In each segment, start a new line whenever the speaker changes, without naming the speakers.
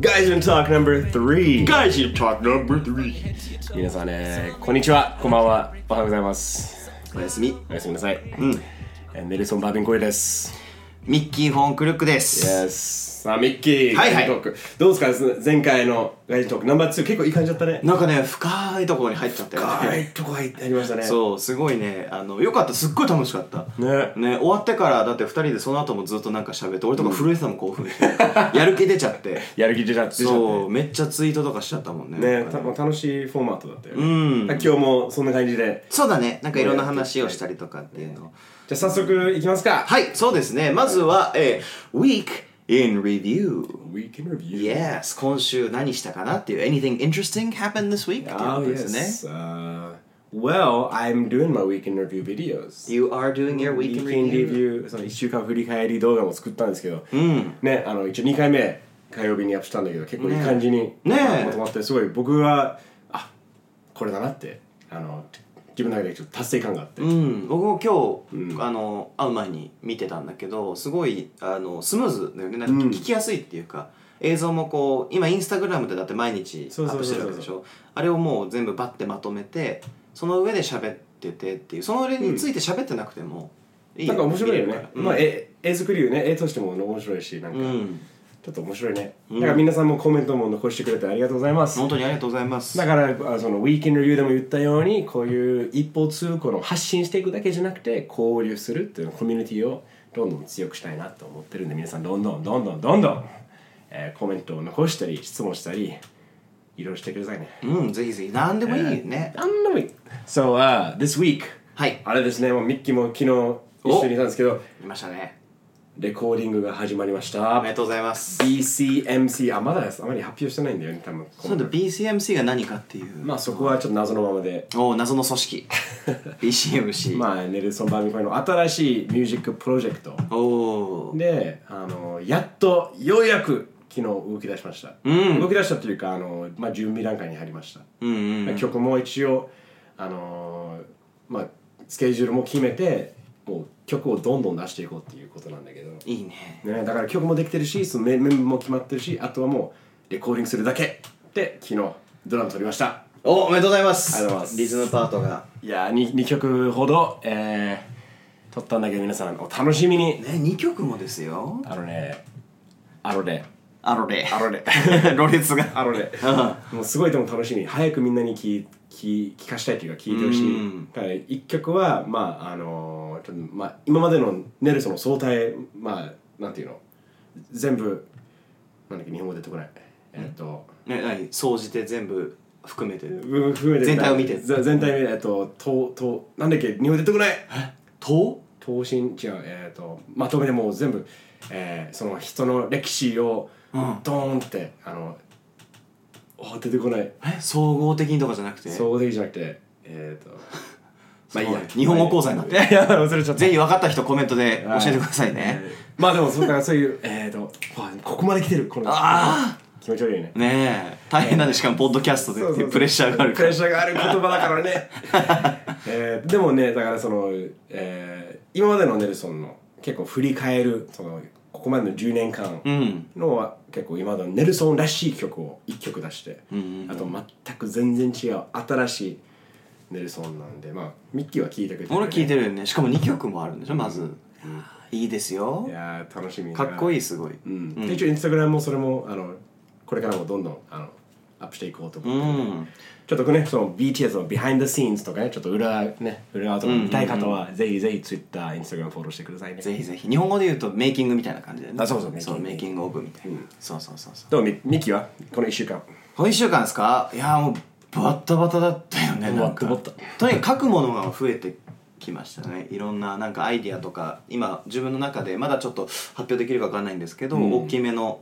Gaijin Talk No.3
外人タックナンバー3
皆さんねこんにちはこんばんはおはようございます
おやすみ
おやすみなさい、
うん
えーネルソン・バービンコイです
ミッキー・フォン・クルックです、
Yes さあミッキー、
はいは
ガイ
い
ジントークどうですか前回のガイジントークナンバー2結構いい感じだったね
なんかね深いところに入っちゃったよね
深いとこ入ってありましたね
そうすごいねあのよかったすっごい楽しかった
ね
ね終わってからだって2人でその後もずっとなんか喋って俺とか震えてたもん興奮して やる気出ちゃって
やる気出ちゃって
そうめっちゃツイートとかしちゃったもんね
ねた楽しいフォーマットだったよね、
うん
今日もそんな感じで
そうだねなんかいろんな話をしたりとかっていうの
じゃあ早速いきますか
はいそうですねまずは、えー、Week in Review
Weekend Review
Yes 今週何したかなっていう Anything interesting happened this week? っていうことですね
Uh, well, I'm doing my weekend review videos.
You are doing your week in
weekend
review
review その1週間振り返り動画も作ったんですけど、ね、あの一応2回目火曜日にアップしたんだけど結構いい感じに、
ねえ
まとまってすごい僕はあこれだなってあの自分の中でちょっと達成感があって、
うん、僕も今日、あの会う前に見てたんだけどすごいあのスムーズだよねなんか聞きやすいっていうか、映像もこう今インスタグラムでだって毎日ア
そう
ッ
そう
プし
そうそう
てるわけでしょあれをもう全部バッてまとめてその上で喋っててっていうその上について喋ってなくてもいい
なんか面白いよ
見れる
ね、
から
まあ、絵絵作りよね絵としても面白いしなんか、
うん
ちょっと面白いね、だから皆さんもコメントも残してくれてありがとうございます
本当にありがとうございます
だからあそのウィークエンドリューでも言ったようにこういう一方通行の発信していくだけじゃなくて交流するっていうコミュニティをどんどん強くしたいなと思ってるんで皆さんどんどんどんどんどんどん、えーコメントを残したり質問したりいろいろしてくださいね。
うんぜひぜひ何でもいいよね、
なんでもいい So、uh, this week
はい
あれですねもうミッキーも昨日一緒にいたんですけど
いましたね
レコーディングが始まりまし
あ
た
り。がとうございます
BCMC あまだですあまり発表してないんだよね多分
そうだ BCMC が何かっていう、
まあそこはちょっと謎のままで
おー謎の組 織 BCMC、
まあ、ネルソン・バーミコイの新しいミュージックプロジェクト
おー
であのやっとようやく昨日動き出しました、
うん
動き出したというかあの、まあ、準備段階に入りました、
うんうんうん
曲も一応あの、まあ、スケジュールも決めてもう曲をどんどん出していこうっていうことなんだけど、
いいね
ね、だから曲もできてるしそのメメンバーも決まってるしあとはもうレコーディングするだけで昨日ドラム撮りました
おおめでとうございます
ありがとうございます
リズムパートが
いやー 2, 2曲ほど、えー、撮ったんだけど皆さんお楽しみに
ね二曲もですよ
あのね、あのね、
あろれ
あのね、
ろれつが
あのね、 もうすごいでも楽しみに、早くみんなに聞聞聞かしたいというか、聞いてほし
うん
い。だから一曲は、まあ、あのーちょっとまあ、今までのネルソンの総体、まあ、なんていうの、全部、なんだっけ、日本語出てこない。えっと、
ね何総じて全部含めて
うん含めて
全体を見て
ぜ全体を見て、えっと、と、と、なんだっけ、日本語出てこない
と
等身違うえー、とまとめでもう全部、えーその人の歴史をドーンって、あのお出てこない
え総合的にとかじゃなくて
総合的じゃなくてえっ、 とまあいいや
すごい日本語講座になって
いや忘れちゃった
ぜひ分かった人コメントで
はい
教えてくださいね
えーまあでもそうだからそういうえっ、とわあここまで来てるこの
あ
気持ち悪いよね
ねえ大変なんでしかもポッドキャストでっていうプレッシャーがあるか
プレッ
ら
シャーがある言葉だから ね、えーでもねだからその、えー今までのネルソンの結構振り返るそのここまでの10年間
うん
のは結構今までのネルソンらしい曲を1曲出して、
うん
あと全く全然違う新しいネルソンなんでまあミッキーは聴いてくれて
俺聞いて
る
るよねしかも二曲もあるんでしょまずいいですよ
いやー楽しみ
かっこい
い、
いすごい
うんで一応インスタグラムもそれもあのこれからもどんどんあのアップしていこうと思って
う
るんで
ん
ちょっとね、その BTS のビハインドシーンズとかね、ちょっと裏、ね、裏側とか見たい方は、ぜひぜひ Twitter、Instagram フォローしてくださいね。
ぜひぜひ日本語で言うとメイキングみたいな感じでね
あそうそう
そうメ
メ
イ
イ
キ
キ
ングオブみたいな、そうそうそうそう
どうみ、ミキはこの1週間。
この1週間ですかいやーもうバッタバタだったよねなんか
バッタバ
とにかく書くものが増えてきましたねいろんななんかアイディアとか今自分の中でまだちょっと発表できるかわかんないんですけど、大きめの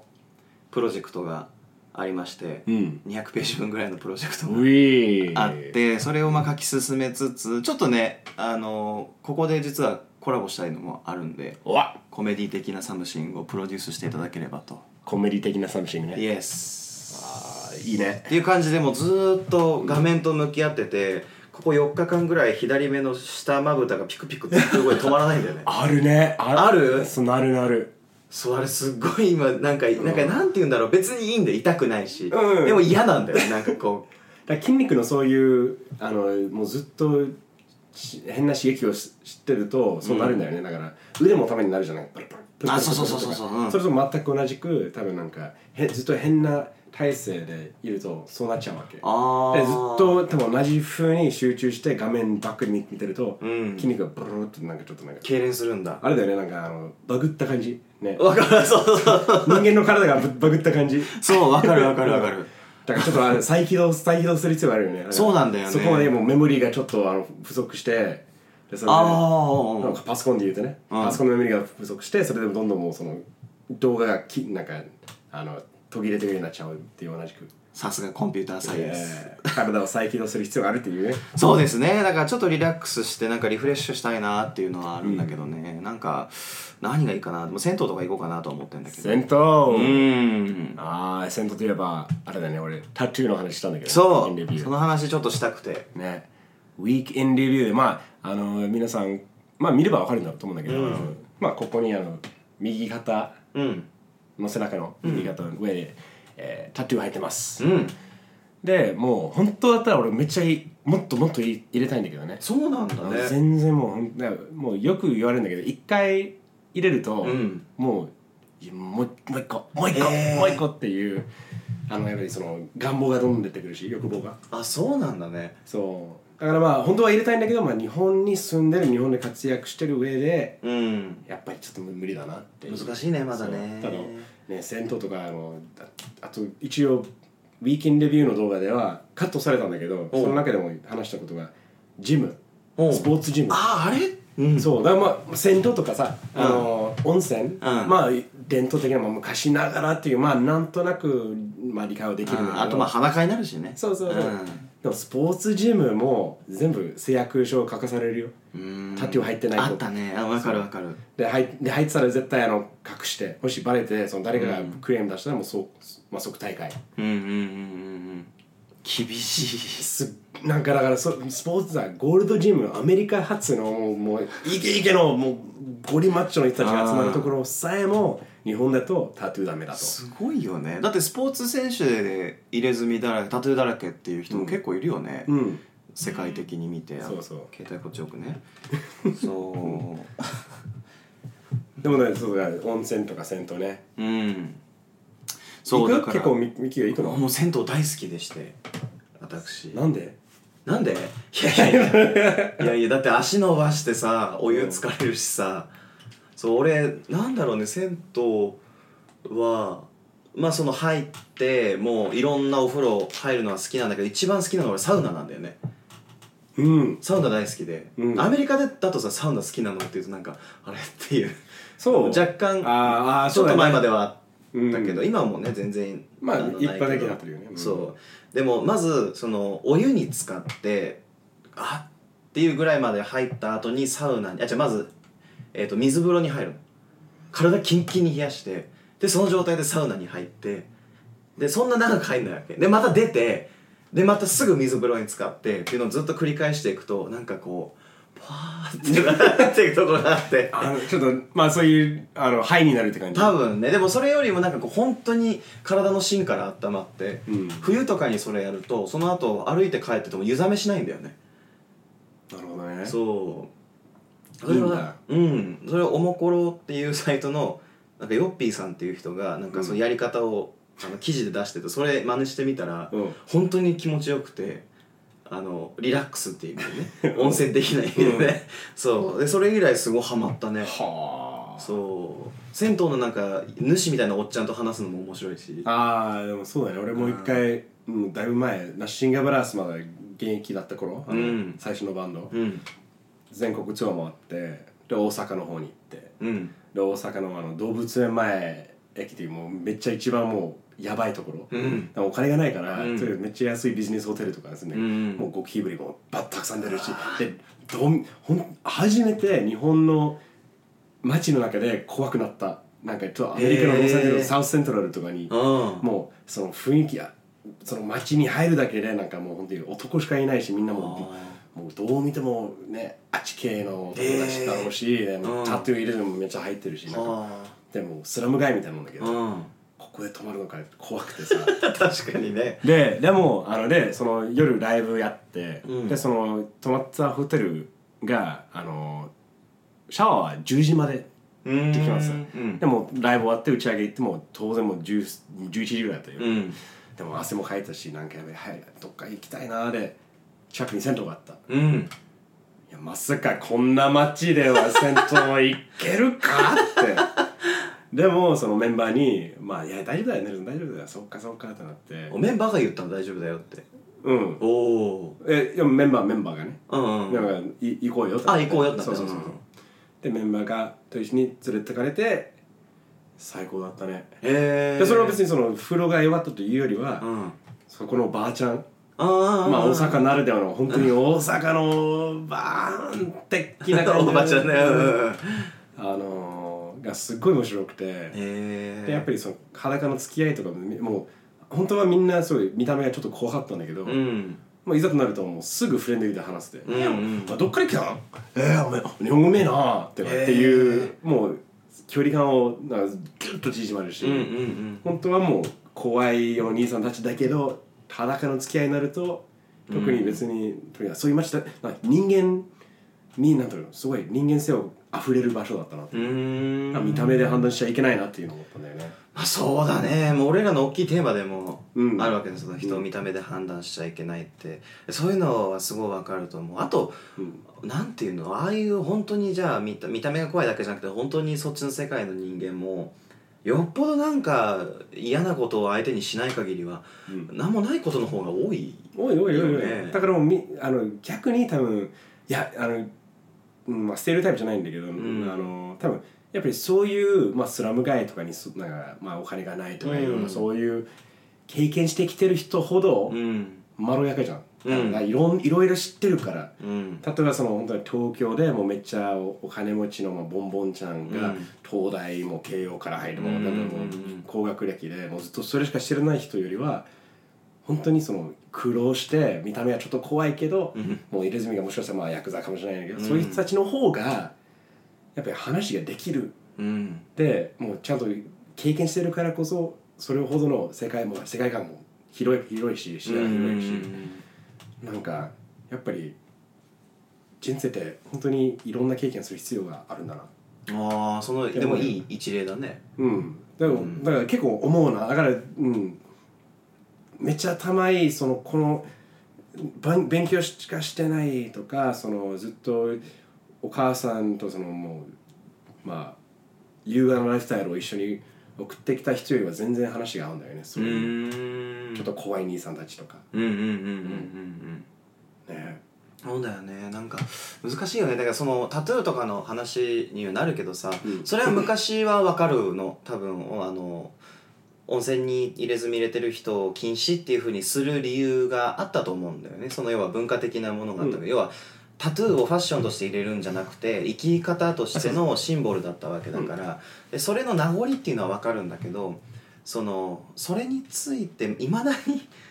プロジェクトがありまして、
ん
200ページ分ぐらいのプロジェクトが
ウィー
あってそれをまあ書き進めつつちょっとねあのここで実はコラボしたいのもあるんで
おわ
コメディ的なサムシングをプロデュースしていただければと
コメディ的なサムシングね。
イエス
あーいいね
っ。ていう感じでもうずーっと画面と向き合っててここ4日間ぐらい左目 の下まぶたがピクピクってすごい止まらないんだよね
あるね。
ある
そうなるなる。
そうあれすっごい今なんかなんかなんて言うんだろう別にいいんだよ痛くないし、
うん
でも嫌なんだよなんかこう
だから筋肉のそういうあのもうずっとし変な刺激をし知ってるとそうなるんだよね、だから腕もためになるじゃないプルプルプルプル
あ
プルプル
そうそうそうそうそう
と
う
か
ん
それと全く同じく多分なんかへずっと変な体勢でいるとそうなっちゃうわけ
あー
でずっと多分同じ風に集中して画面ばっかり見見てると、
うん
筋肉がブルーっとなんかちょっとなんか
痙攣するんだ
あれだよねなんかあのバグった感じね
わかるそうそう
人間の体がぶバグった感じ
そうわかるわかるわかる
だからちょっとあれ再起動再起動する必要があるよね
そうなんだよね
そこまでもうメモリーがちょっとあの不足してでそれでな
あ
んかパソコンで言うとね、
うん
パソコンのメモリーが不足してそれでもどんどんもうその動画がきなんかあの途切れてるようになっちゃうっていう同じく、
あさすがコンピューターサイエンス、
えー体を再起動する必要があるっていうね
そうですねだからちょっとリラックスしてなんかリフレッシュしたいなっていうのはあるんだけどね、なんか何がいいかなでも銭湯とか行こうかなとは思ってんだけど
銭湯
うーん
ああ銭湯といえばあれだね俺タトゥーの話したんだけど
そ
インレビ
う
ュー
その話ちょっとしたくて
ね、ウィークエンドレビューで、まあ、あの皆さん、まあ、見ればわかるんだろうと思うんだけど、あのまあ、ここにあの右肩
うん
の背中の右肩の上で、えータトゥー入ってます、
うん
でもう本当だったら俺めっちゃいいもっともっとい入れたいんだけどね
そうなんだ
あの
ね
全然もうほんだからもうよく言われるんだけど一回入れると、
ん
もういやもうもう一個もう一個、
えー
もう一個っていうあのやっぱりその願望がどんどん出てくるし欲望が。
あそうなんだね
そうだからまあ本当は入れたいんだけど、まあ、日本に住んでる日本で活躍してる上で
うん
やっぱりちょっと無理だなっていう
難しいねまだね
そうあのね銭湯とかあのああと一応ウィーキンレビューの動画ではカットされたんだけど
おう
その中でも話したことがジム
おう
スポーツジム
あああれうん
そうだからまあ銭湯とかさ、あの温泉、まあ伝統的な、まあ、昔ながらっていうまあなんとなく、まあ、理解はできるんだけど
ああとまあ裸になるしね
そうそうそう、
ん
でもスポーツジムも全部誓約書を書かされるよ
うん
タトゥー入ってないと
あったねあわかるわかる
で入で入ってたら絶対あの隠してもしバレてその誰かがクレーム出したらもうそう、まあ、即大会
うんうんうんうんうん厳しい
すなんかだからそスポーツだゴールドジムアメリカ発のもうもうイケイケのもうゴリマッチョの人たちが集まるところさえも日本だとタトゥーダメだと
すごいよねだってスポーツ選手で入れ墨だらけタトゥーだらけっていう人も結構いるよね、
うん
世界的に見て
そうそう
携帯こっち置 くねそう
でもねそうだ温泉とか銭湯ね
うんそうだ
行く
から
結構ミミキが行くの
もう銭湯大好きでして私
なんで
なんでいやいやいやいやいやだって足伸ばしてさお湯疲れるしさ、そう俺なんだろうね銭湯はまあその入ってもういろんなお風呂入るのは好きなんだけど一番好きなのは俺サウナなんだよね
うん
サウナ大好きで、
うん
アメリカでだとさサウナ好きなのっていうとなんかあれっていう
そう
若干
あーあー
ち
そ
ょ
う
っ
だ
と
ね
前まではあった
うん
けど、今はもうね全然
まあ
の
一般的
ないけど
になってるよねうん
そうでもまずそのお湯に使ってあっていうぐらいまで入った後にサウナにあじゃあまず、えー、と水風呂に入るの体キンキンに冷やしてでその状態でサウナに入ってでそんな長く入んないわけでまた出てでまたすぐ水風呂に使ってっていうのをずっと繰り返していくとなんかこうパーってなっていくところがあって
あのちょっとまあそういうあのハイになるって感じ
多分ねでもそれよりもなんかこう本当に体の芯から温まって、
うん
冬とかにそれやるとその後歩いて帰ってても湯冷めしないんだよね
なるほどね
そうそ
いい
れ
んだ
はうんそれはおもころっていうサイトのなんかヨッピーさんっていう人がなんかそのやり方を、あの記事で出しててそれ真似してみたら、
うん
本当に気持ちよくてあのリラックスっていう意味で ね温泉的な意味でね、そうでそれ以来すごいハマったね
はあ
そう銭湯のなんか主みたいなおっちゃんと話すのも面白いし
あーでもそうだね俺も一回、うん、だいぶ前ナッシンガブラスまで現役だった頃、あの
うん
最初のバンド、
うん
全国ツアーもあってで大阪の方に行って
うん
で大阪のあの動物園前駅っていうもうめっちゃ一番もうやばいところ、
うん
でもお金がないから、
うん
とにかくめっちゃ安いビジネスホテルとかですね、
うん
もうゴキブリもバッとたくさん出るしでどんほん初めて日本の街の中で怖くなったなんかちょっとアメリカのロサンゼルス、
へー
サウスセントラルとかに
ああ
もうその雰囲気やその街に入るだけでなんかもう本当に男しかいないしみんなもうもうどう見てもねあっち系の男だしだろうし、
うん
タトゥー入れてもめっちゃ入ってるしなんか
あ
でもスラム街みたいなもんだけど、
うん
ここで泊まるのか怖くてさ
確かにね
ででもあのでその夜ライブやって、
うん
でその泊まったホテルがあのシャワーは10時まで
うん
できます
うん
でもライブ終わって打ち上げ行っても当然もう10 11時ぐらいだったよ、
うん
でも汗もかいたしなんかやべえ早いどっか行きたいなーで近くに銭湯があったい
うん
やまさかこんな街で は銭湯行けるかってでもそのメンバーに「まあいや大丈夫だよね大丈夫だよそっかそっか」ってなって
おメンバーが言ったの大丈夫だよって
うん
おお
えいやメンバーメンバーがね
うんう
だ
ん
からい行こうよって
あ行こうよってなった
そうそうそう
うんうん
でメンバーがと一緒に連れてかれて最高だったね
へえ
でそれは別
に
にその風呂が良かったというよりは、
うんあ
そこのばあちゃん
あ
まあ大阪ならではの本当に大阪のバーン的な感じ
お
の
ばちゃんねうんうんうんへ
あのーがすっごい面白くて
え
でやっぱりその裸の付き合いとかもみもう本当はみんなすごい見た目がちょっと怖かったんだけど、
うん
まあ、いざとなるともうすぐフレンドリーで話して「
うんうん
お前どっから来たんえー、お前日本語うめえな」ってなっていう、もう距離感をなんかギュッと縮まるし、
うんうん
本当はもう怖いお兄さんたちだけど裸の付き合いになると特に別に、とにかくそういう街だなんか人間になんだろうすごい人間性を溢れる場所だったなって、
うんうーん
見た目で判断しちゃいけないなっていうのを思ったんだよね
まあそうだねもう俺らの大きいテーマでも
うん
あるわけです、その人を見た目で判断しちゃいけないってそういうのはすごいわかると思うあと
うん
なんていうのああいう本当にじゃあ見た見た目が怖いだけじゃなくて本当にそっちの世界の人間もよっぽどなんか嫌なことを相手にしない限りは
うん
何もないことの方が多い
おいおいおいおい
いいよね
だからもうみあの逆に多分いやあの、うんまあ、ステレオタイプじゃないんだけど、
ん
あの多分やっぱりそういう、まあ、スラム街とかにそなんか、まあ、お金がないとかいろん
う
なんそういう経験してきてる人ほど、
うん
まろやかじゃん、
うん
だからいろんいろいろ知ってるから
うん
例えばその本当に東京でもうめっちゃおお金持ちのまあボンボンちゃんが、
うん
東大も慶応から入るもう
うんうんうんうん
なんかもう高学歴でもうずっとそれしか知らない人よりは本当にその苦労して見た目はちょっと怖いけど、
うん
もう入れ墨がもしかしたらまあヤクザかもしれないんだけど、
うん
そういう人たちの方がやっぱり話ができる
うん
でもうちゃんと経験してるからこそそれほどの世界も世界観も広い広いし視野が広いし。なんかやっぱり人生って本当にいろんな経験する必要があるんだな
ああそのでもいい一例だね
うんだから,、
うん
だから結構思うなだからうんめちゃ頭いいそのこのばん勉強しかしてないとかそのずっとお母さんとそのもうまあ優雅なライフスタイルを一緒に送ってきた人よりは全然話が合うんだよねそういう
ーん
ちょっと怖い兄さんたちとか
うんうんうんうんうんうん
ね
そうだよねなんか難しいよねだからそのタトゥーとかの話にはなるけどさ、
うん
それは昔はわかるの多分おあの温泉に入れ墨入れてる人を禁止っていうふうにする理由があったと思うんだよねその要は文化的なものがあったけど、要はタトゥーをファッションとして入れるんじゃなくて生き方としてのシンボルだったわけだから、でそれの名残っていうのはわかるんだけどそのそれについていまだに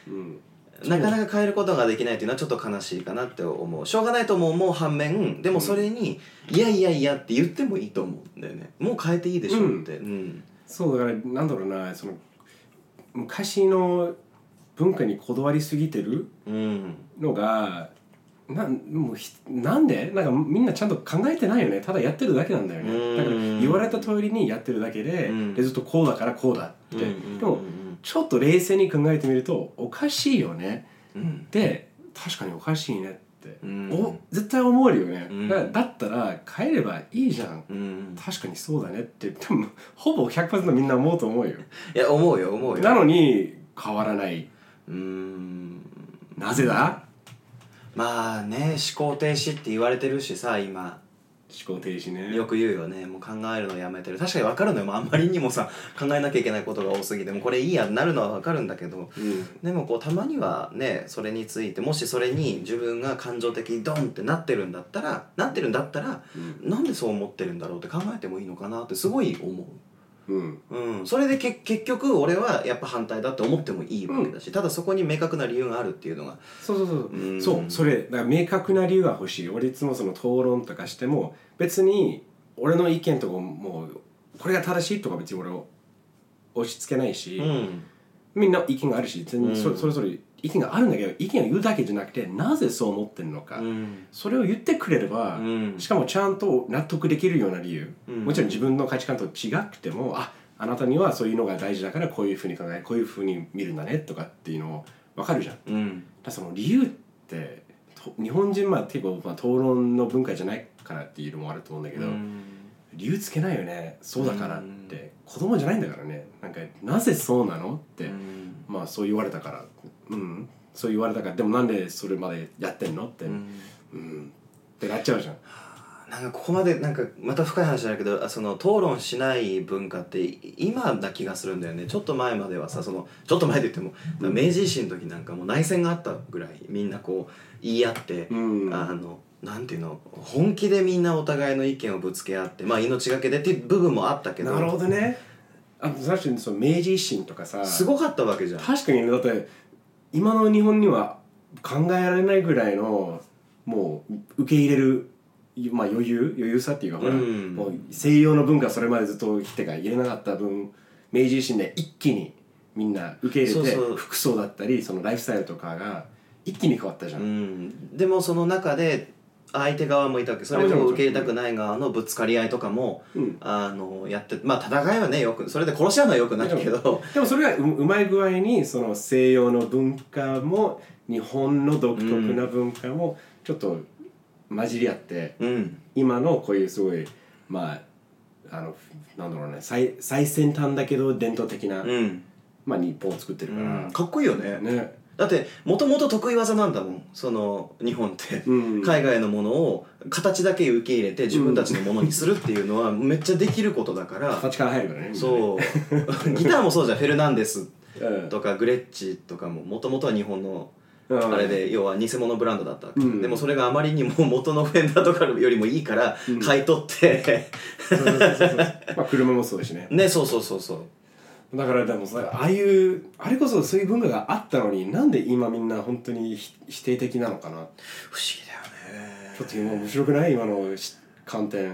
うん
なかなか変えることができないというのはちょっと悲しいかなって思うしょうがないとも思う反面でもそれに「いやいやいや」って言ってもいいと思うんだよねもう変えていいでしょってうん
そうだからなんだろうなその昔の文化にこだわりすぎてる
うん
のがなんもうひなんでなんかみんなちゃんと考えてないよねただやってるだけなんだよ
う
ね
ん
だから言われた通りにやってるだけで,、
うん
でずっとこうだからこうだって、
うん
でもちょっと冷静に考えてみるとおかしいよね
うん
で確かにおかしいねって、
うん
お絶対思えるよね、
うん
だだったら変えればいいじゃん
うん
確かにそうだねって多分ほぼ100%みんな思うと思うよ
いや思うよ思う
な
よ
のに変わらない
うん
なぜだ
まあね思考停止って言われてるしさ今
思考停止ね
よく言うよねもう考えるのやめてる確かに分かるのよもうあんまりにもさ考えなきゃいけないことが多すぎてもうこれいいやなるのは分かるんだけど
うん
でもこうたまにはねそれについてもしそれに自分が感情的にドンってなってるんだったらなってるんだったらなんでそう思ってるんだろうって考えてもいいのかなってすごい思
うん
う、うん、それでけ結局俺はやっぱ反対だって思ってもいいわけだし、ただそこに明確な理由があるっていうのが
そうそうそう
うん
そうそれだから明確な理由が欲しい俺いつもその討論とかしても別に俺の意見とかもうこれが正しいとか別に俺を押し付けないし、
うん
みんな意見があるし全然そ,、
うん
それぞれ意見があるんだけど意見を言うだけじゃなくてなぜそう思ってるのか、
うん
それを言ってくれれば、
うん
しかもちゃんと納得できるような理由、
うん
もちろん自分の価値観と違くてもああなたにはそういうのが大事だからこういうふうに考えこういうふうに見るんだねとかっていうのを分かるじゃん。だか
うん
らその理由ってと日本人は結構まあ討論の文化じゃないからっていうのもあると思うんだけど、理由つけないよねそうだからって、子供じゃないんだからねなんかなぜそうなのって、
うん
まあそう言われたからうんそう言われたからでもなんでそれまでやってんのって、
うん
うんってなっちゃうじゃん。
なんかここまでなんかまた深い話だけどあその討論しない文化ってい今な気がするんだよねちょっと前まではさそのちょっと前で言っても明治維新の時なんかもう内戦があったぐらいみんなこう言い合って、
うん
あのなんていうの本気でみんなお互いの意見をぶつけ合ってまあ命がけでっていう部分もあったけど
なるほどね。あと確かにその明治維新とかさ
すごかったわけじゃん。
確かにだって今の日本には考えられないぐらいのもう受け入れる、まあ、余裕余裕さっていうかほら、
うん
もう西洋の文化それまでずっと来てから入れなかった分明治維新で一気にみんな受け入れて
そうそう
服装だったりそのライフスタイルとかが一気に変わったじゃん。
うん、でもその中で相手側もいたわけそれを受け入れたくない側のぶつかり合いとかも、
うん
あのやってまあ戦いはねよくそれで殺し合うのはよくないけど、
でもそれがううまい具合にその西洋の文化も日本の独特な文化もちょっと混じり合って、
うん、
今のこういうすごいまああのなんだろうね最最先端だけど伝統的な、
うん
まあ、日本を作ってるから、
かっこいいよね
ね
だってもともと得意技なんだもんその日本って、
うん
海外のものを形だけ受け入れて自分たちのものにするっていうのはめっちゃできることだから
形から入るからね
そうギターもそうじゃん フェルナンデス
みんなね
とかグレッチとかももともとは日本の
うん
あれで要は偽物ブランドだったわけ、
うん
でもそれがあまりにも元のフェンダーとかよりもいいから買い取って、
そうそうそうそうまあ車もそうだしね
ねそうそうそうそう
だからでもさああいうあれこそそういう文化があったのになんで今みんな本当にひ否定的なのかな
不思議だ
ちょっと今面白くない今のし観点
よ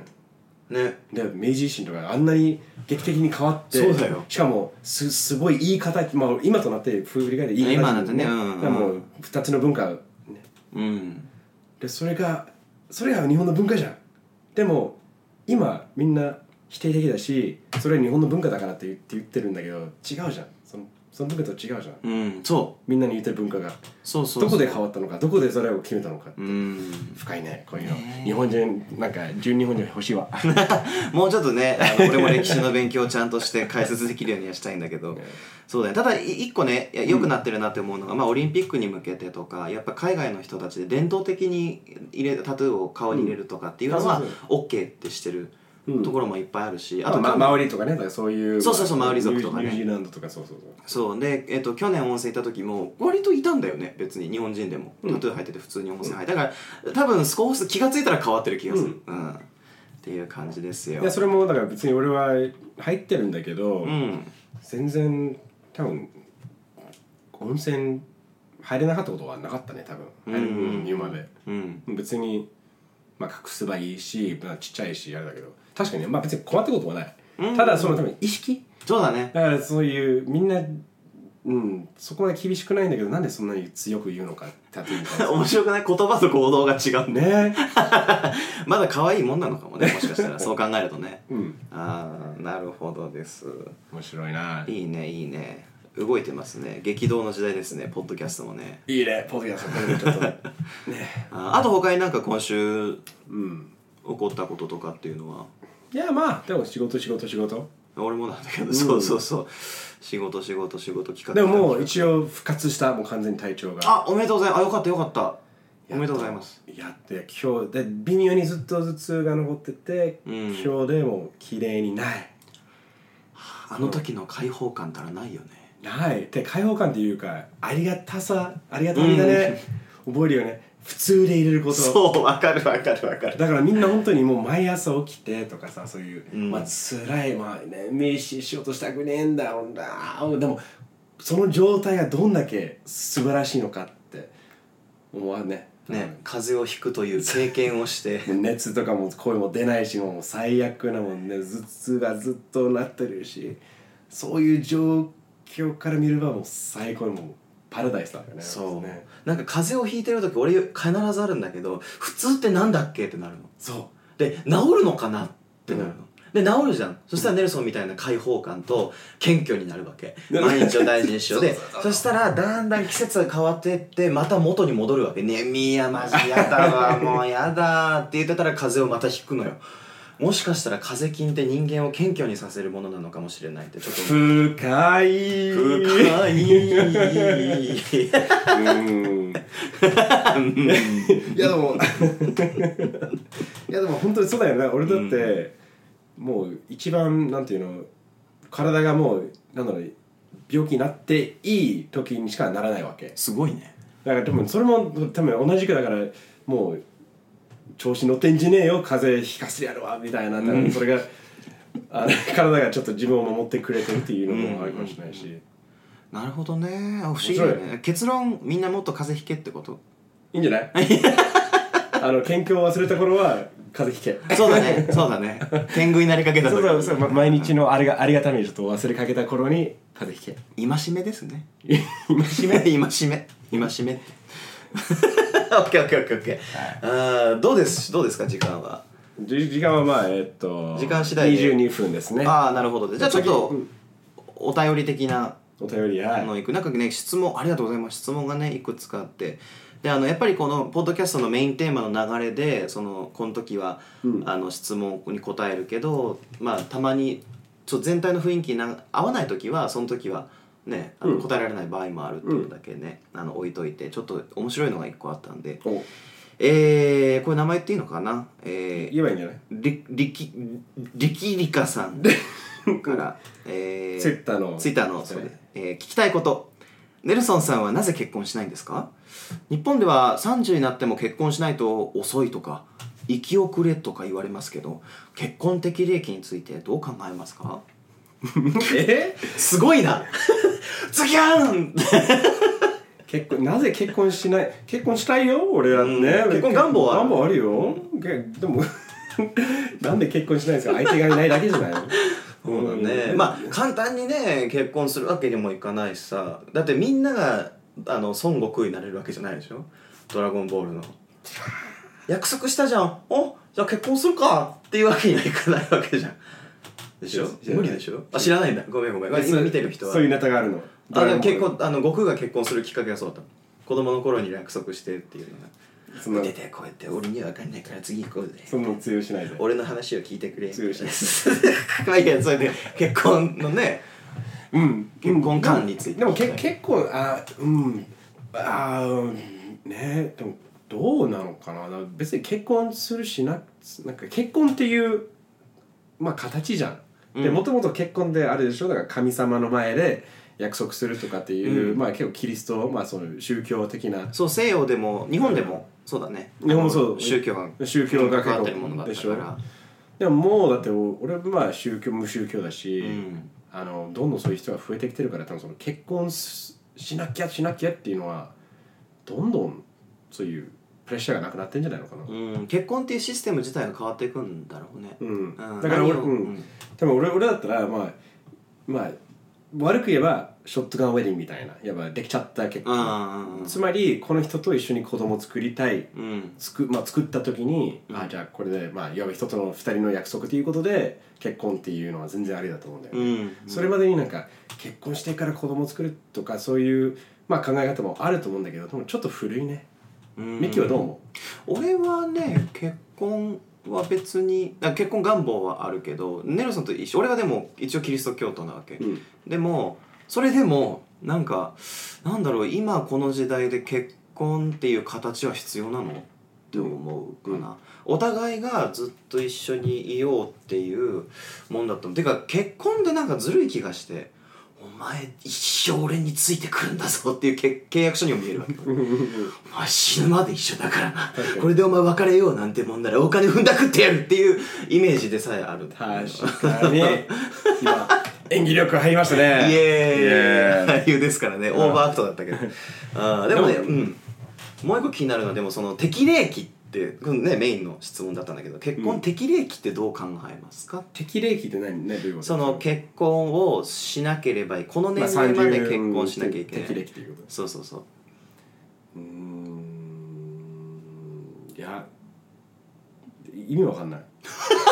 ねね
で明治維新とかあんなに劇的に変わって
そうだよ
しかもすすごいいい形、まあ、今となって振り返っていい形
今なんてねうんうん
でもう2つの文化ね
うん
でそれがそれが日本の文化じゃんでも今みんな否定的だしそれは日本の文化だからって言って言ってるんだけど違うじゃんそのその文化と違うじゃん
うんそう
みんなに言ってる文化が
そうそう
どこで変わったのかどこでそれを決めたのか
うん
深いねこういうの日本人なんか純日本人欲しいわ
もうちょっとねあの俺も歴史の勉強をちゃんとして解説できるようにはしたいんだけ どそうだねただい一個ねいや良くなってるなって思うのが、まあ、オリンピックに向けてとかやっぱ海外の人たちで伝統的に入れタトゥーを顔に入れるとかっていうの
う
は
んあそう
OK ってしてる
うん
ところもいっぱいあるし、
あと、ま、マオリとかねだからそういう
そうそうそう
まあ
マオリ族とか
ニ
ね
ューニュージーランドとかそうそうそう
そうで、えっと去年温泉行った時も割といたんだよね別に日本人でもタトゥー入ってて普通に温泉入ってだから多分少し気が付いたら変わってる気がする、うんっていう感じですよ
いやそれもだから別に俺は入ってるんだけど、
うん
全然多分温泉入れなかったことはなかったね多分入る
うん
言うまで
うん
別に、まあ、隠せばいいし、まあ、ちっちゃいしあれだけど確かにね、まあ、別に困ったことはない、ただその多分意識
そうだね
だからそういうみんなうんそこまで厳しくないんだけどなんでそんなに強く言うのかタトゥーに関して
面白くない言葉と行動が違うね
ね
まだ可愛いもんなのかも ねもしかしたらそう考えるとね
うん
ああなるほどです
面白いない
いねいいね動いてますね激動の時代ですねポッドキャストもね
いいねポッドキャストこれでちょっとね
あーあと他になんか今週起
うん
こったこととかっていうのはい
やまあでも仕事仕事仕事
俺もなんだけど、そうそうそう仕事仕事仕事企画
でももう一応復活したもう完全に体調が
あおめでとうございますあよかったよかったおめでとうございます
やって今日で微妙にずっと頭痛が残ってて、
うん
今日でもう綺麗にない
あの時の解放感たらないよね
ないって開放感っていうかありがたさありがたみだね、覚えるよね普通で入れること
そうわかるわかるわかる
だからみんな本当にもう毎朝起きてとかさそういう、
うん
まあ辛いまあね名刺しようとしたくねえんだろうなでもその状態がどんだけ素晴らしいのかって思わね
ね風邪をひくという経験をして
もう熱とかも声も出ないしもう最悪なもんね頭痛がずっとなってるしそういう状況から見ればもう最高のもうパラダイスだよね
そう、
ね
なんか風邪をひいてる時俺必ずあるんだけど普通ってなんだっけってなるの
そ
で治るのかなってなるの、で治るじゃんそしたらネルソンみたいな解放感と謙虚になるわけ
うん
毎日を大事にし ようで
そう
そしたらだんだん季節が変わってってまた元に戻るわけ「ねみやマジやだ わもうやだ」って言ってたら風邪をまたひくのよもしかしたら風邪菌って人間を謙虚にさせるものなのかもしれないってちょっと
う深い
深い
うんいやでもいやでも本当にそうだよね俺だって、もう一番なんていうの体がもうなんだろう病気になっていい時にしかならないわけ
すごいね
だから多分それも多分同じくだからもう調子乗ってんじゃねえよ風邪ひかせてやるわみたいな多分それが、あの体がちょっと自分を守ってくれてるっていうのもあるかもしれないし、
なるほどねあ不思議だよ
面白
ね結論みんなもっと風邪ひけってこと
いいんじゃない あの謙虚を忘れた頃は風邪ひけ
そうだねそうだね天狗になりかけた
そう
時
そうそう、ま毎日のあれがありがたみにちょっと忘れかけた頃に風邪ひ
戒めですね
け今
戒め戒め戒めってオッケーオッケーオッケーオッケーあーどうですどうですか時間は
じ時間はまあえっと
時間次第で
22分ですね
ああなるほどでじゃあちょっと
うん
お便り的な
お便り
あ
や
のいくなんかね質問ありがとうございます質問がねいくつかあってであのやっぱりこのポッドキャストのメインテーマの流れでそのこの時は、
うん
あの質問に答えるけどまあたまにちょっと全体の雰囲気にな合わない時はその時はねあ
う
の
ん
答えられない場合もあるっていうだけね、あの置いといてちょっと面白いのが一個あったんで
お
えー、これ名前言っていいのかなえー
言えばいいんじゃない
りりきりきりかさん から、えー、
ツイッターの
ツイッターの、そうですえー聞きたいことネルソンさんはなぜ結婚しないんですか日本では30になっても結婚しないと遅いとか生き遅れとか言われますけど結婚的利益についてどう考えますか
え
すごいな ズキャン
結婚なぜ結婚しない結婚したいよ俺はね、
うん結婚願望はあ
願
る
望あるよ、けで もなんで結婚しないんですか相手がいないだけじゃないの
そうだね、まあ簡単にね結婚するわけにもいかないしさだってみんながあの孫悟空になれるわけじゃないでしょ「ドラゴンボール」の約束したじゃんおじゃあ結婚するかっていうわけにはいかないわけじゃんでしょ
知らない
無理でしょあ知らないんだごめんごめん今見てる人は
そういうネタがあるの
あでも結婚あの悟空が結婚するきっかけがそうだったの子供の頃に約束してっていうの
その
が出てこうやって俺には分かんないから次行こうぜ
そんな通用しないで
俺の話を聞いてくれ
強いし
まあいいやそれで結婚のね
うん
結婚観について
でもけ結構あうんあーうんねでもどうなのかなだから別に結婚するしななんか結婚っていうまあ形じゃんで
うん
もともと結婚であれでしょだから神様の前で約束するとかっていう、
うん
まあ結構キリスト、まあ、その宗教的な
そう西洋でも日本でもそうだね
日本もそう
宗教が
宗教が結構
関わってるものだったから
でももうだって俺はまあ宗教無宗教だし、
うん
あのどんどんそういう人が増えてきてるから多分その結婚すしなきゃしなきゃっていうのはどんどんそういうプレッシャーがなくなってんじゃないのかな、
うん結婚っていうシステム自体が変わっていくんだろうね
うん
うん
だから俺、
何を
うん
うん
多分俺俺だったらまあまあ悪く言えばショットガンウェディングみたいなやっぱできちゃった結婚
あ
つまりこの人と一緒に子供作りたい
あうん
つく、まあ、作った時に、
うん
あじゃあこれでまあいわば人との二人の約束ということで結婚っていうのは全然ありだと思うんだよね、
うん
それまでになんか結婚してから子供作るとかそういう、まあ、考え方もあると思うんだけどでもちょっと古いねミキはどう思
俺はね結婚は別にあ結婚願望はあるけどネルソンと一緒俺はでも一応キリスト教徒なわけ
う、うん
でもそれでもなんかなんだろう今この時代で結婚っていう形は必要なのって思うかな、お互いがずっと一緒にいようっていうもんだったのてか結婚でなんかずるい気がしてお前一生俺についてくるんだぞっていうけ契約書にも見えるわ けまあ死ぬまで一緒だからな
確かに
これでお前別れようなんてもんならお金踏んだくってやるっていうイメージでさえある
確かに今演技力入りましたね
イエーイ
イエーイ
俳優ですからねオーバーアクトだったけどあーでもね
でも
うんもう一個気になるのはでもその適齢期ってこのねメインの質問だったんだけど結
うん
婚適齢期ってどう考えますか、
適齢期って何ねどういうこと
その結婚をしなければいいこの年齢まで結婚しなきゃいけ
まあ30適
な
齢
い
期っていうこと
そうそうそう
うーんいや意味わかんない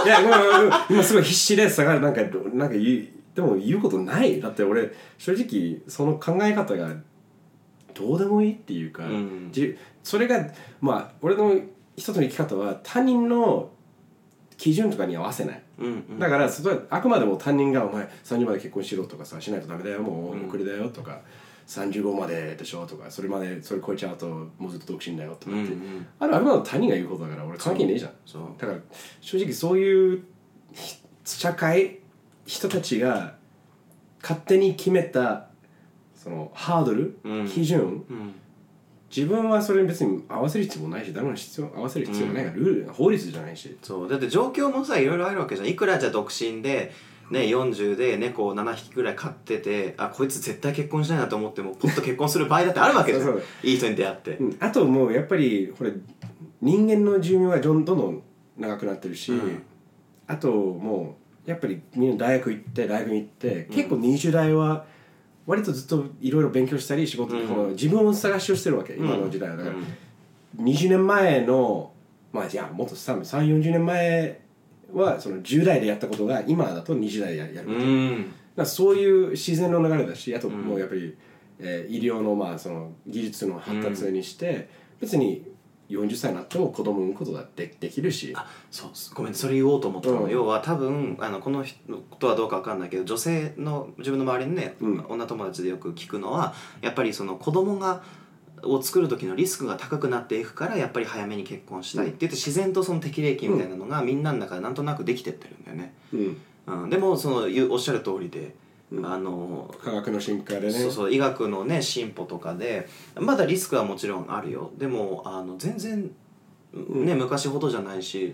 いやごめんごめんごめん今すごい必死で下がるなんかなんか言うでも言うことないだって俺正直その考え方がどうでもいいっていうか、
うん
じそれがまあ俺の一つの生き方は他人の基準とかに合わせない
うんうん
だからそれはあくまでも担任が「お前30まで結婚しろ」とかさ「しないとダメだよも
うん
う遅れだよ」とか「35まででしょ」とか「それまでそれ超えちゃうともうずっと独身だよ」と
う
か
んう
って、
ん
あるあくまでも他人が言うことだから俺関係ねえじゃん
そう
だから正直そういうひ社会人たちが勝手に決めたそのハードル、
うん
基準、
うん
自分はそれに別に合わせる必要もないし誰も必要合わせる必要もないから、ルール法律じゃないし
そうだって状況もさいろいろあるわけじゃんいくらじゃあ独身で、ね、40で猫を7匹ぐらい飼っててあこいつ絶対結婚しないなと思ってもポッと結婚する場合だってあるわけじゃ
そうそ
ん
う
いい人に出会って
うんあともうやっぱりこれ人間の寿命がどんどんどん長くなってるし、
うん
あともうやっぱりみんな大学行って大学に行って結構20代は割とずっといろいろ勉強したり仕事、
うん
この自分を探しをしてるわけ、今の時代はだから、20年前のまあじゃあもっと3 4 0年前はその10代でやったことが今だと20代でややる
うん、うん
だからそういう自然の流れだしあと
うん
もうやっぱり、えー医療のまあその技術の発達にして、別に40歳になっても子供を産むことだってできるし
あそうごめんそれ言おうと思ったの、
うん
要は多分あのこの人とはどうかわかんないけど女性の自分の周りにね、
うん
女友達でよく聞くのはやっぱりその子供がを作る時のリスクが高くなっていくからやっぱり早めに結婚したいって言って自然とその適齢期みたいなのがみんなの中でなんとなくできてってるんだよね、
うん
うん、でもその言うおっしゃる通りで、あの
科学の進化でね
そうそう医学のね進歩とかでまだリスクはもちろんあるよでもあの全然ね、昔ほどじゃないし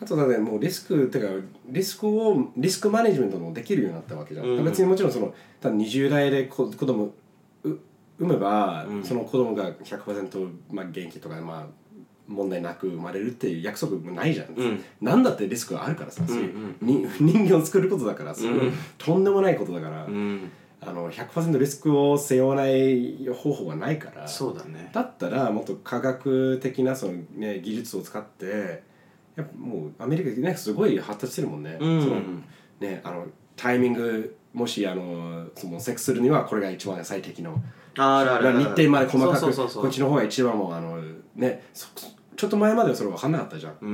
あとだねもうリスクっていうかリスクをリスクマネジメントもできるようになったわけじゃん、
うん
別にもちろんその多分20代で子子供う産めば、
うん
その子供が100%、まあ、元気とか、まあ、問題なく生まれるっていう約束もないじゃん、
うん
なんだってリスクはあるからさ、そうい
うん
に人間を作ることだからそれは
うん
とんでもないことだから、
うん
あの100%リスクを背負わない方法はないから
そうだね
だったらもっと科学的なその、ね、技術を使ってやっぱもうアメリカってねすごい発達してるもんね,、
うん
そのねあのタイミングもしあのそのセックスするにはこれが一番最適の
あららら
日程まで細か
そう
く
そうそうそう
こっちの方が一番もうあのねそちょっと前まではそれ分かんなかったじゃん。
う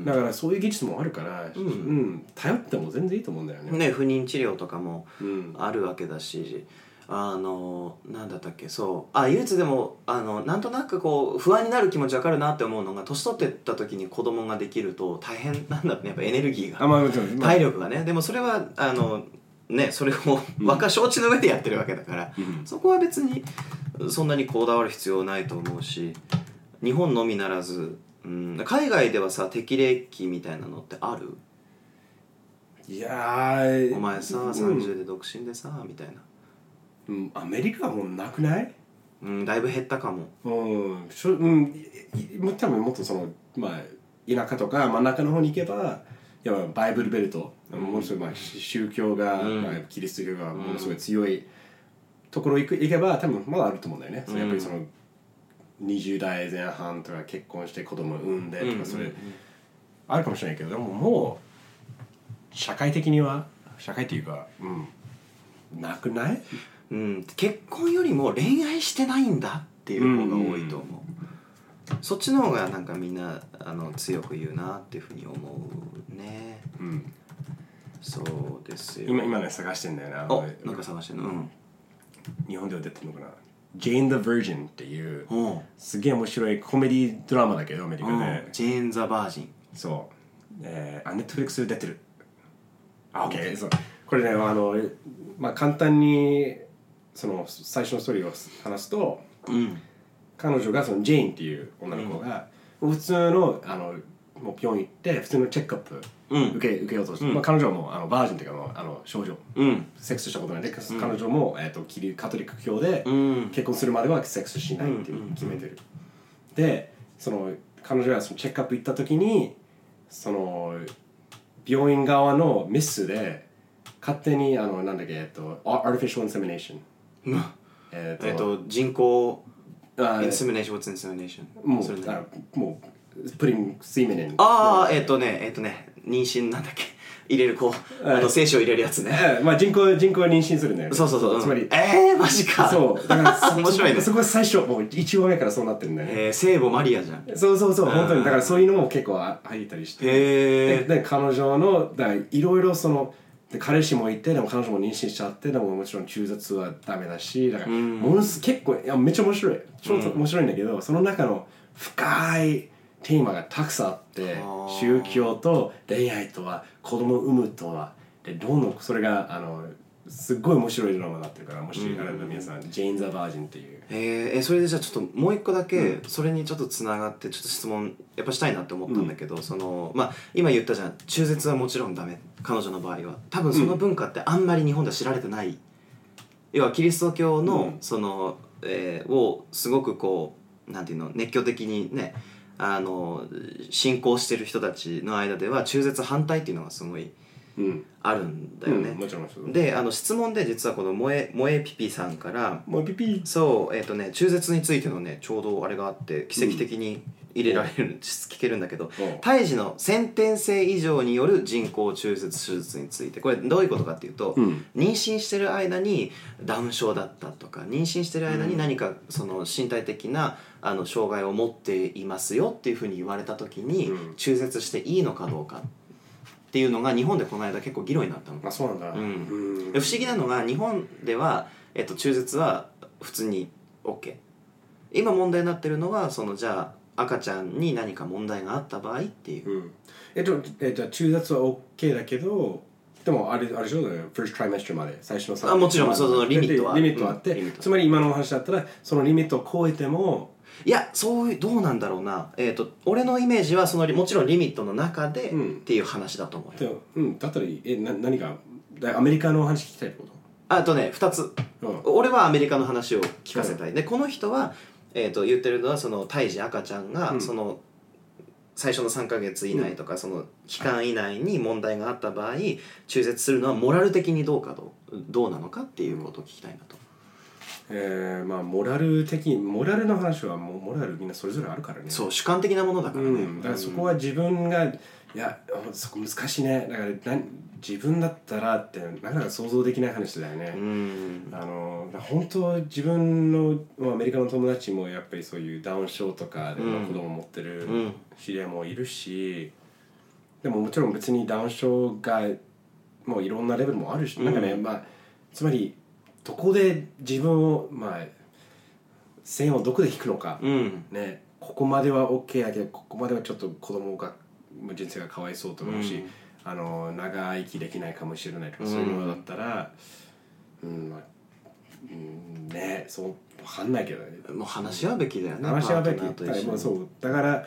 ん
だからそういう技術もあるから、
うん
うん頼っても全然いいと思うんだよね。
ね不妊治療とかも
うん、
あるわけだしあのなんだったっけそうあ唯一でもあのなんとなくこう不安になる気持ちわかるなって思うのが年取ってった時に子供ができると大変なんだってねやっぱエネルギーが
あまあもちろん、まあ
体力がねでもそれはあのねそれを若承知の上でやってるわけだから、
うん
そこは別にそんなにこだわる必要ないと思うし日本のみならず、うん、海外ではさ適齢期みたいなのってある
いやー
お前さ30で独身でさみたいな、
うん、うんアメリカはもうなくない
うん、だいぶ減ったかも
うんしょ、うん、いいもう多分もっとそのまあ田舎とか真ん中の方に行けばやっぱバイブルベルト、ものすごいまあし宗教が、
うん
まあ、キリスト教がものすごい強いところ行く行けば多分まだあると思うんだよね、そのやっぱりその20代前半とか結婚して子供産んでとか、それあるかもしれないけどでももう社会的には社会っていうかうんなくない
うん、うん結婚よりも恋愛してないんだっていう方が多いと思う、そっちの方がなんかみんなあの強く言うなっていうふうに思うね
うん
そうですよ
今今ね探してんだよな
あなんか探してるのうん
日本では出てるのかな「Jane the Virgin」っていう
おう
すげえ面白いコメディドラマだけどアメリカ
うん
で
ジェーン・ザ・バージン
そうえー、あネットフリックスで出てるあ OK そうこれねあのまあ簡単にその最初のストーリーを話すと
うん
彼女がそのジェーンっていう女の子が、普通のあのもう病院行って普通のチェックアップ
うん
受け,、受けようとして、
うん
まあ、彼女はもうあのバージンっていうかもうあの少女
うん
セックスしたことないで、彼女も、えー、とキリカトリック教で
うん
結婚するまではセックスしないっていう
うんうん
決めてる、でその彼女がそのチェックアップ行った時にその病院側のミスで勝手にあのなんだっけえっとアアーティフィシャルインセミネーションえ
えっと人工
あ
インセミネーション what's insemination
も
そうれね
あもうプリン睡眠に
ああえっとねえっとね妊娠なんだっけ入れるこうあの精子を入れるやつね
ええまあ人工人工妊娠するんだよね
そうそうそううん
つまり
ええマジか
そうだから
面白いね
そそこが最初もう一話目からそうなってるんだよね
えー聖母マリアじゃん
そうそうそう本当にだからそういうのも結構あ入ったりして
へ
でで彼女のだからいろいろそので彼氏もいてでも彼女も妊娠しちゃってでももちろん中絶はダメだしだから
ん
ものす結構いやめっちゃ面白い超面白いんだけど、その中の深いテーマがたくさんあって
ー
宗教と恋愛とは子供を産むとはでどんどんそれがあのすっごい面白いドラマになってるからもしあれば皆さん「ジェイン・ザ・バージン」っていう
えーえーそれでじゃあちょっともう一個だけそれにちょっとつながってちょっと質問やっぱしたいなって思ったんだけど、そのまあ今言ったじゃん中絶はもちろんダメ彼女の場合は多分その文化ってあんまり日本では知られてない、要はキリスト教の、
うん
その、えーをすごくこうなんていうの熱狂的にねあの信仰してる人たちの間では中絶反対っていうのがすごい
うん
あるんだよね、
うんもちろんもちろん
であの質問で実はこの萌え萌えピピさんから
もうピピ
そうえっ、とね中絶についてのねちょうどあれがあって奇跡的に入れられる、聞けるんだけど
お
胎児の先天性異常による人工中絶手術についてこれどういうことかっていうと、
うん
妊娠してる間にダウン症だったとか妊娠してる間に何かその身体的なあの障害を持っていますよっていうふうに言われた時に、
うん
中絶していいのかどうかっていうのが日本でこの間結構議論になったの。
あそうなんだ
うん
うん
で不思議なのが日本では、えっと、中絶は普通に OK 今問題になってるのはそのじゃあ赤ちゃんに何か問題があった場合っていう、
うんえっと、えじゃあ中絶は OK だけどでもあれあれでしょだから first trimester まで最初の3
あもちろんそうそうリミットは
リミットはあって、
うんリミット
つまり今のお話だったらそのリミットを超えても
いやそういうどうなんだろうな、えっと俺のイメージはそのもちろんリミットの中でっ
うん
ていう話だと思うよ、
でうんだったらいいえな何かだアメリカのお話聞きたいってこ
あとね2つ
とうん
俺はアメリカの話を聞かせたい、でこの人は、えー、と言ってるのはその胎児赤ちゃんが、
うん
その最初の3ヶ月以内とか、その期間以内に問題があった場合中絶するのはモラル的にどうかどうどうなのかっていうことを聞きたいなと、
えー、まあモラル的にモラルの話はもうモラルみんなそれぞれあるからね
そう主観的なものだからね、
うん、だからそこは自分が、いやそこ難しいねだからなん自分だったらってなかなか想像できない話だよね、
うん
あの本当自分のまあアメリカの友達もやっぱりそういうダウン症とかで、
うん
まあ子供持ってる
うん
知り合いもいるし、でももちろん別にダウン症がもういろんなレベルもあるし、なんかね
う
まあつまりどこで自分をまあ線をどこで引くのか、
うん
ねここまでは OK だけどここまではちょっと子供が人生がかわいそうと思うし、
うん
あの長生きできないかもしれないとか、そういうものだったらうん、まあうん、ねそうわかんないけどね
もう話し合うべきだよね
話し合うべき
パ
だ
ートナーと一緒に
そうだから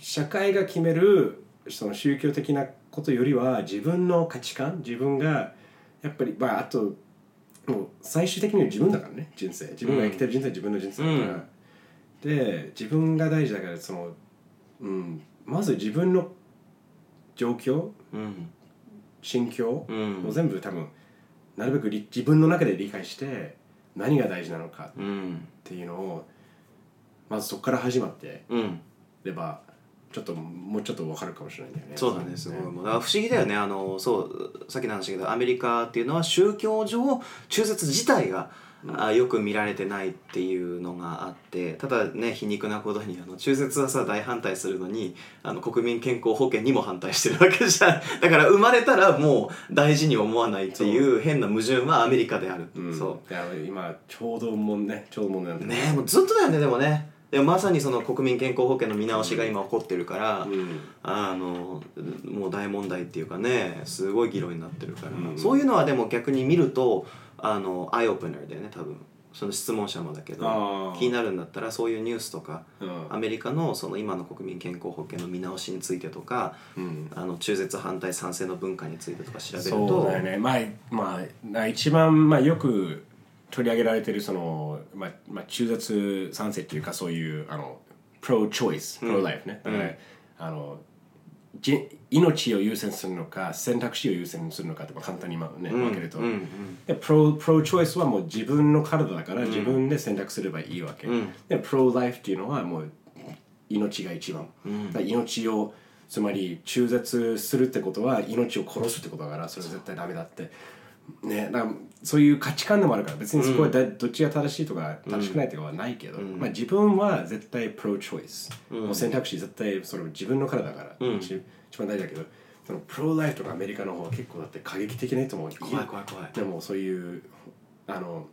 社会が決めるその宗教的なことよりは自分の価値観自分がやっぱりまああともう最終的には自分だからね人生自分が生きてる人生は自分の人生だから、で自分が大事だからその、うん、まず自分の状況
うん
心境
うん
を全部多分なるべくり自分の中で理解して何が大事なのか
うん
っていうのをまずそこから始まって
うん
ればちょっともうちょっと分かるかもしれないんだよね
そうだねすごいもうだから不思議だよねあのそうさっきの話だけどアメリカっていうのは宗教上中絶自体が、あよく見られてないっていうのがあってただね皮肉なことにあの中絶はさ大反対するのにあの国民健康保険にも反対してるわけじゃん だから生まれたらもう大事に思わないっていう変な矛盾はアメリカである、
うん
そ
いや今ちょうどもんねちょうど問題
う
なんだ
ねえもうずっとだよねでもねでもまさにその国民健康保険の見直しが今起こってるから、
うん
あのもう大問題っていうかねすごい議論になってるから、
うん
そういうのはでも逆に見るとあのアイオープナーだよね多分その質問者もだけ
あ
ど
ー
気になるんだったらそういうニュースとか
うん
アメリカのその今の国民健康保険の見直しについてとか
うん
あの中絶反対賛成の文化についてとか調べる
そう
と
だよねまあまあ一番、まあ、よく取り上げられてるその、まあまあ、中絶賛成っていうかそういうあのプロチョイスプロライフね、だからあのじ命を優先するのか選択肢を優先するのかってまあ簡単に、まね分けると、でプロプロチョイスはもう自分の体だから自分で選択すればいいわけ、でプロライフっていうのはもう命が一番、だから命をつまり中絶するってことは命を殺すってことだからそれは絶対ダメだってねだからそういう価値観でもあるから別にそこはだ、どっちが正しいとか正しくないとかはないけど、まあ、自分は絶対プロチョイス、もう選択肢絶対それ自分の体だから、一一番大事だけどそのプロライフとかアメリカの方は結構だって過激的な人も
怖い怖い怖い
でもそういうあの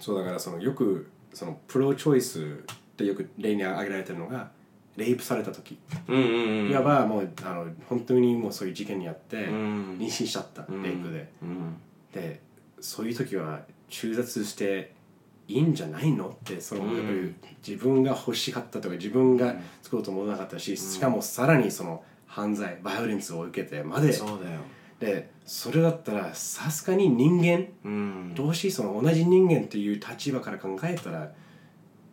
そうだからそのよくそのプロチョイスってよく例に挙げられてるのがレイプされた時、
うんうんうん
いわばもうあの本当にもうそういう事件にあって、
ん
妊娠しちゃった、レイプで
うん
でそういう時は中絶していいんじゃないのってそのやっぱり自分が欲しかったとか自分が作ろうと思わなかったし、しかもさらにその犯罪バイオレンスを受けてまで
そうだよ
でそれだったらさすがに人間
うん
どうしその同じ人間っていう立場から考えたら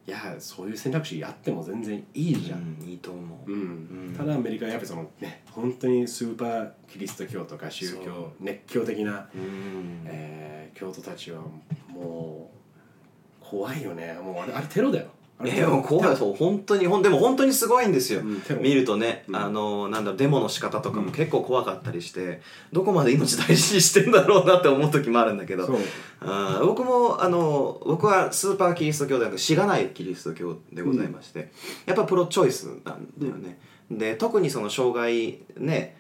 いやそういう選択肢やっても全然いいじゃん、
うんいいと思
うん
う
ただアメリカはやっぱそのね本当にスーパーキリスト教とか宗教熱狂的な、
うん
えー教徒たちはもう怖いよねもうあれあれテロだよあれ
ね、でも怖いそう本当にほんでも本当にすごいんですよ、
うんテロ
見るとね、
うん
あのなんだろうデモの仕方とかも結構怖かったりして、どこまで命大事にしてんだろうなって思う時もあるんだけど
そう
あー僕もあの僕はスーパーキリスト教ではなくしがないキリスト教でございまして、やっぱプロチョイスなんだよね、で特にその障害ね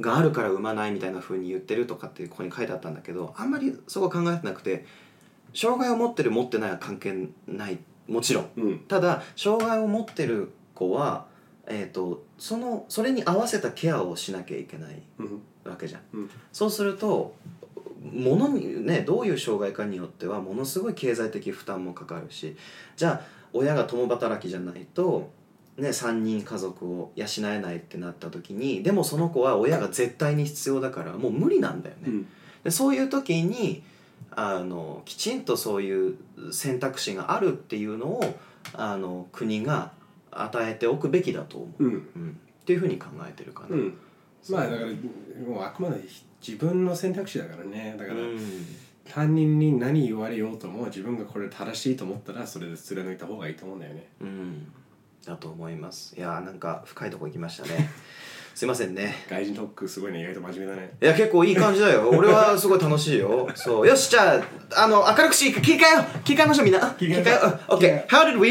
があるから産まないみたいな風に言ってるとかってここに書いてあったんだけどあんまりそこは考えてなくて障害を持ってる持ってないは関係ないもちろん
うん
ただ障害を持ってる子は、えー、とそのそれに合わせたケアをしなきゃいけない
うん
わけじゃん
うん
そうするとものにねどういう障害かによってはものすごい経済的負担もかかるしじゃあ親が共働きじゃないと、ね、3人家族を養えないってなった時にでもその子は親が絶対に必要だからもう無理なんだよね。
うん
でそういう時にあのきちんとそういう選択肢があるっていうのをあの国が与えておくべきだと思う、
うん
うんっていうふうに考えてるかな。
うんまあだからもうあくまで自分の選択肢だからねだから、
うん
担任に何言われようとも自分がこれ正しいと思ったらそれで貫いた方がいいと思うんだよね
うん、だと思いますいやーなんか深いとこ行きましたね すいませんね
外人トックすごいね意外と真面目だね
いや結構いい感 じだよ俺はすごい楽しいよそうよしじゃああの明るくし切り替えよう切り替えましょうみんな切
り替え
え
よ
よ
う
う OK How did we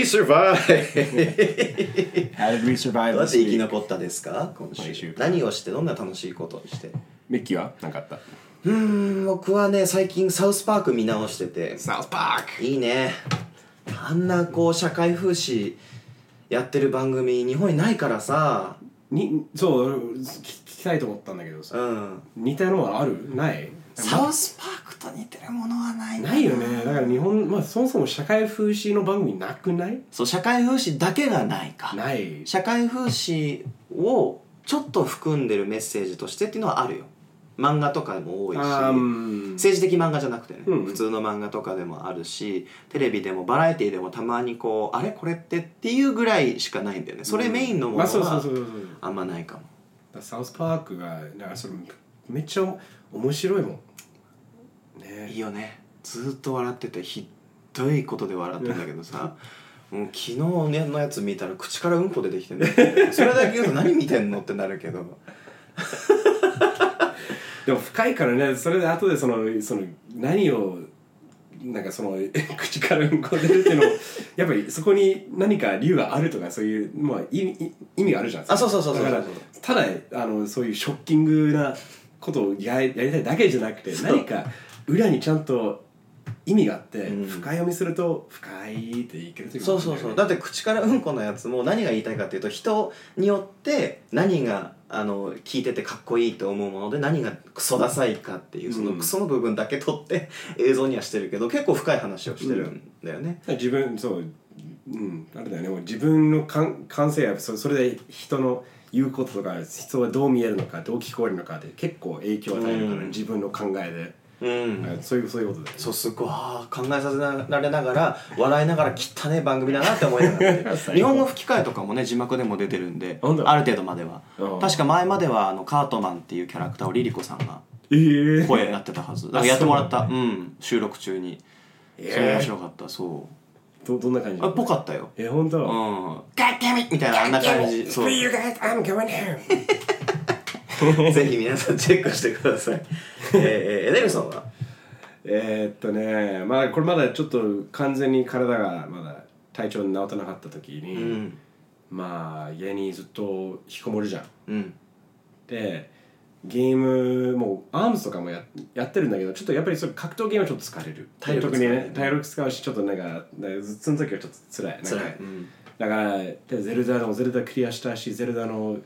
survive?
How did we survive
どうやって生き残ったですか今
毎週
週何をしてどんな楽しいことをして
ミッキーは何かあった
うーん僕はね最近サウスパーク見直してて
サウスパーク
いいねあんなこう社会風刺やってる番組日本にないからさ
にそう聞き聞きたいと思ったんだけどさ
うん
似たようなものあるない
サウスパークと似てるものはない
ないよねだから日本まあそもそも社会風刺の番組なくない
そう社会風刺だけがないか
ない
社会風刺をちょっと含んでるメッセージとしてっていうのはあるよ漫画とかも多いし
あーうん
政治的漫画じゃなくてね、
うん
普通の漫画とかでもあるしテレビでもバラエティでもたまにこうあれこれってっていうぐらいしかないんだよねそれメインのもの
まあそうそうそうそ
は
うそう
あんまないかも
だからサウスパークがなんかそれめっちゃ面白いもんね
いいよねずーっと笑っててひっどいことで笑ってんだけ どさもう昨日のやつ見たら口からうんこ出てきてんだよねそれだけ言うと何見てんのってなるけど
でも深いからねそれで後でそのその何をなんかその 口からうんこ出るっていうのもやっぱりそこに何か理由があるとかそういう、まあ、意味意 味があるじゃん
あそうそうそうそう
だから
そうそう
ただあのそういうショッキングなことをややりたいだけじゃなくて
そう
何か裏にちゃんと意味があって、
うん
深読みすると深いっていけるという
そうそうそうだって口からうんこのやつも何が言いたいかっていうと人によって何があの聞いててかっこいいと思うもので何がクソダサいかっていうその
うん
クソの部分だけ撮って映像にはしてるけど結構深い話をしてるんだよね、
自分そううんあれだよねもう自分の感感性やそそれで人の言うこととか人はどう見えるのかどう聞こえるのかで結構影響を与えるから、
うん
自分の考えで
うん
はいそういうそういうことで
そうすっごいあー考えさせられながら笑いながら汚ね番組だなって思いながら見て
最高
日本語吹き替えとかもね字幕でも出てるんで
本当
ある程度までは
うん
確か前まではあのカートマンっていうキャラクターをリリコさんが
ええ
声やってたはずだからやってもらったうん収録中にそ
えー
れ面白かったそう
どどんな感じ
あっぽかったよ
え本
う
当
ん「ガッダミみたいなあんな感じそう
you guys I'm going home
ぜひ皆さんチェックしてくだ さいえーえーエネルソンは
えーっとねまあこれまだちょっと完全に体がまだ体調に治ってなかった時に、
うん
まあ家にずっと引きこもるじゃん
うん
でゲームもうアームズとかもややってるんだけどちょっとやっぱりそれ格闘ゲームはちょっと疲れる
体力
特
使う
に
ね
ね体力使うしちょっとなんかなんか頭痛の時はちょっと辛いなんか
辛いうん
だからでゼルダのゼルダクリアしたしゼルダの、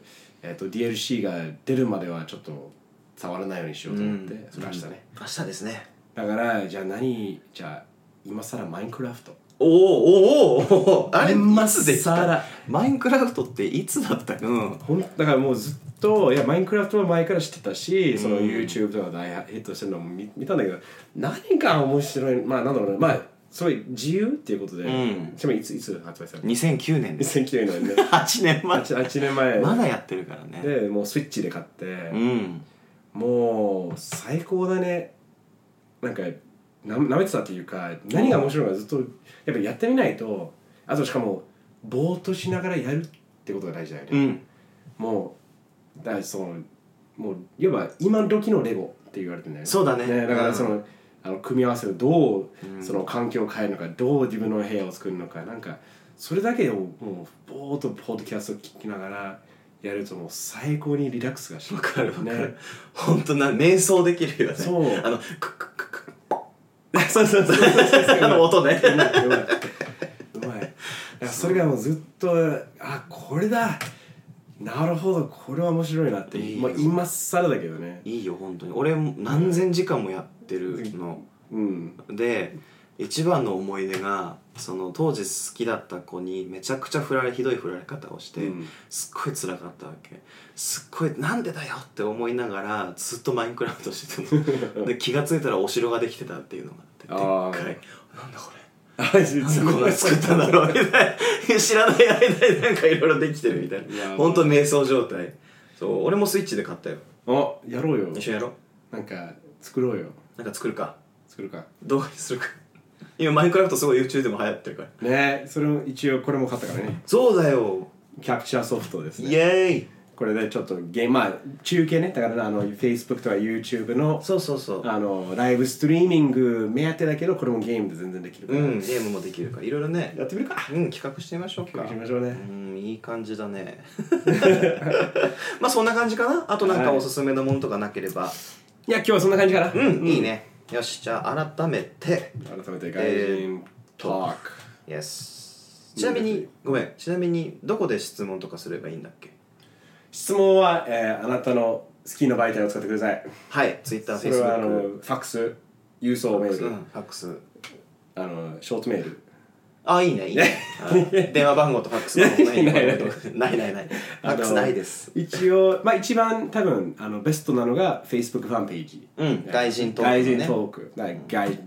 えっと DLC が出るまではちょっと触らないようにしようと思って、
うん
それ明日ね、
明日ですね
だからじゃあ何じゃあ今さらマインクラフト
おおおーおーおーあれ
今
いつできた
更
マインクラフトっていつだったかうん
ほんだからもうずっといやマインクラフトは前から知ってたし、その YouTube とかで大ヒットしてるのも見見たんだけど何が面白いまあなんだろうねまあすごい自由っていうことで、
ん
ちなみにいついつ発売されたの
2009 年 です
2009年ね
8年前
8, 8年前
まだやってるからね
でもうスイッチで買って、
うん
もう最高だねなんかな舐めてたっていうか何が面白いのかずっとやっぱりやってみないとあとしかもぼーっとしながらやるってことが大事だよね、
うん
もうだからそのもういわば今時のレゴって言われてるんだよね
そうだね
だからその,、あの組み合わせをどう、
うん
その環境を変えるのかどう自分の部屋を作るのかなんかそれだけをもうぼーっとポッドキャストを聞きながらやるともう最高にリラックスがして
わかるわか
ね
る本当な瞑想できるよね
そう
あのククククク そうそうそうあの音ね
うまいうまいうまいいやそれがもうずっとあこれだなるほどこれは面白いなって
いい
ま
よ
あ、今更だけどね
いいよ本当に俺も何千時間もやってるの
うん
で一番の思い出がその当時好きだった子にめちゃくちゃ振られひどい振られ方をして、
うん
すっごい辛かったわけすっごいなんでだよって思いながらずっとマインクラフトしてて もで気がついたらお城ができてたっていうのがあってでっかいなんだこれ
あ
なんでこ れ作ったんだろうみたいな知らない間になんかいろいろできてるみた
い
い
や
な本当瞑想状態そう俺もスイッチで買ったよ
おやろうよ
一緒にやろう
なんか作ろうよ
なんか作るか
作るか
動画にす るか今マインクラフトすごい YouTube でも流行ってるから
ねそれも一応これも買ったからね
そうだよ
キャプチャーソフトです
イ
ね
エーイ
これでちょっとゲームまあ中継ねだからあの Facebook とか YouTube の
そうそうそう
あのライブストリーミング目当てだけどこれもゲームで全然できるか
う
ら、
んゲームもできるからいろいろね
やってみるか
うん企画してみましょうか
行きましょうね、
うんいい感じだね まあそんな感じかなあとなんか
はい
おすすめのものとかなければ、
いや今日はそんな感じかな
うん、いいねよしじゃあ改めて
改めて外人トーク、
Yes ちなみにごめんちなみにどこで質問とかすればいいんだっけ
質問は、えーあなたの好きな媒体を使ってください
はいツイッター
そ
フェ
れ
イスブ
はあの
ック
ファックス郵送メール、
ファックス
あのショートメール
あいいねいいねはい電話番号とファックス番号ね
いやいやいや
ないないないファックスないです
あの一応まあ一番多分あのベストなのが Facebook ファンページ
うん外人トーク
外
ね
人トークだから外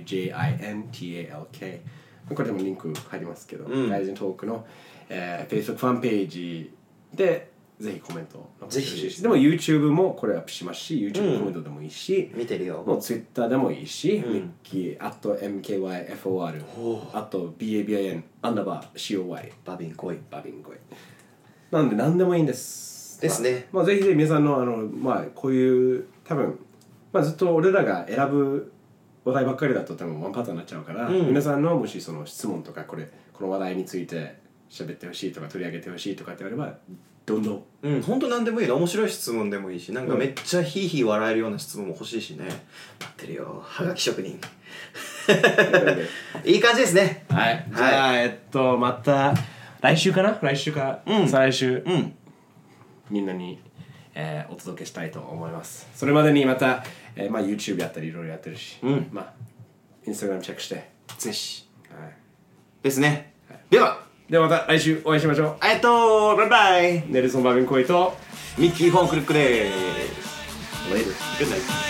GAIJINTALK これでもリンク入りますけど、
うん
外人トークの、えー、Facebook ファンページでぜひコメント残してほしいしでも YouTube もこれアップしますし YouTube コメントでもいいし、
見てるよ
もう Twitter でもいいし、ミッキー、あと MKYFOR、あと BABIN、アンダーバー COY、
バビン来い
バビンゴイなんで何でもいいんです
ですね
まあ、まあぜひぜひ皆さんのあの、まあ、こういう多分、まあ、ずっと俺らが選ぶ話題ばっかりだと多分ワンパターンになっちゃうから、
ん
皆さんのもしその質問とかこれこの話題について喋ってほしいとか取り上げてほしいとかってあればどんどん
うん、ほんと何でもいいの面白い質問でもいいしなんかめっちゃヒーヒー笑えるような質問も欲しいしね待ってるよはがき職人いい感じですね
はいじゃあ、えっとまた来週かな来週か、
うん
再来週、
うん
みんなに、えーお届けしたいと思いますそれまでにまた、えーまあ、YouTube やったりいろいろやってるし、
うん
まあ、Instagram チェックして、は
ぜひ
い、
ですねでは
ではまた来週お会いしましょ
えっとバイバイ
うネルソン・バービン・コイと
ミッキー・フォン・クルックです
Later
Good night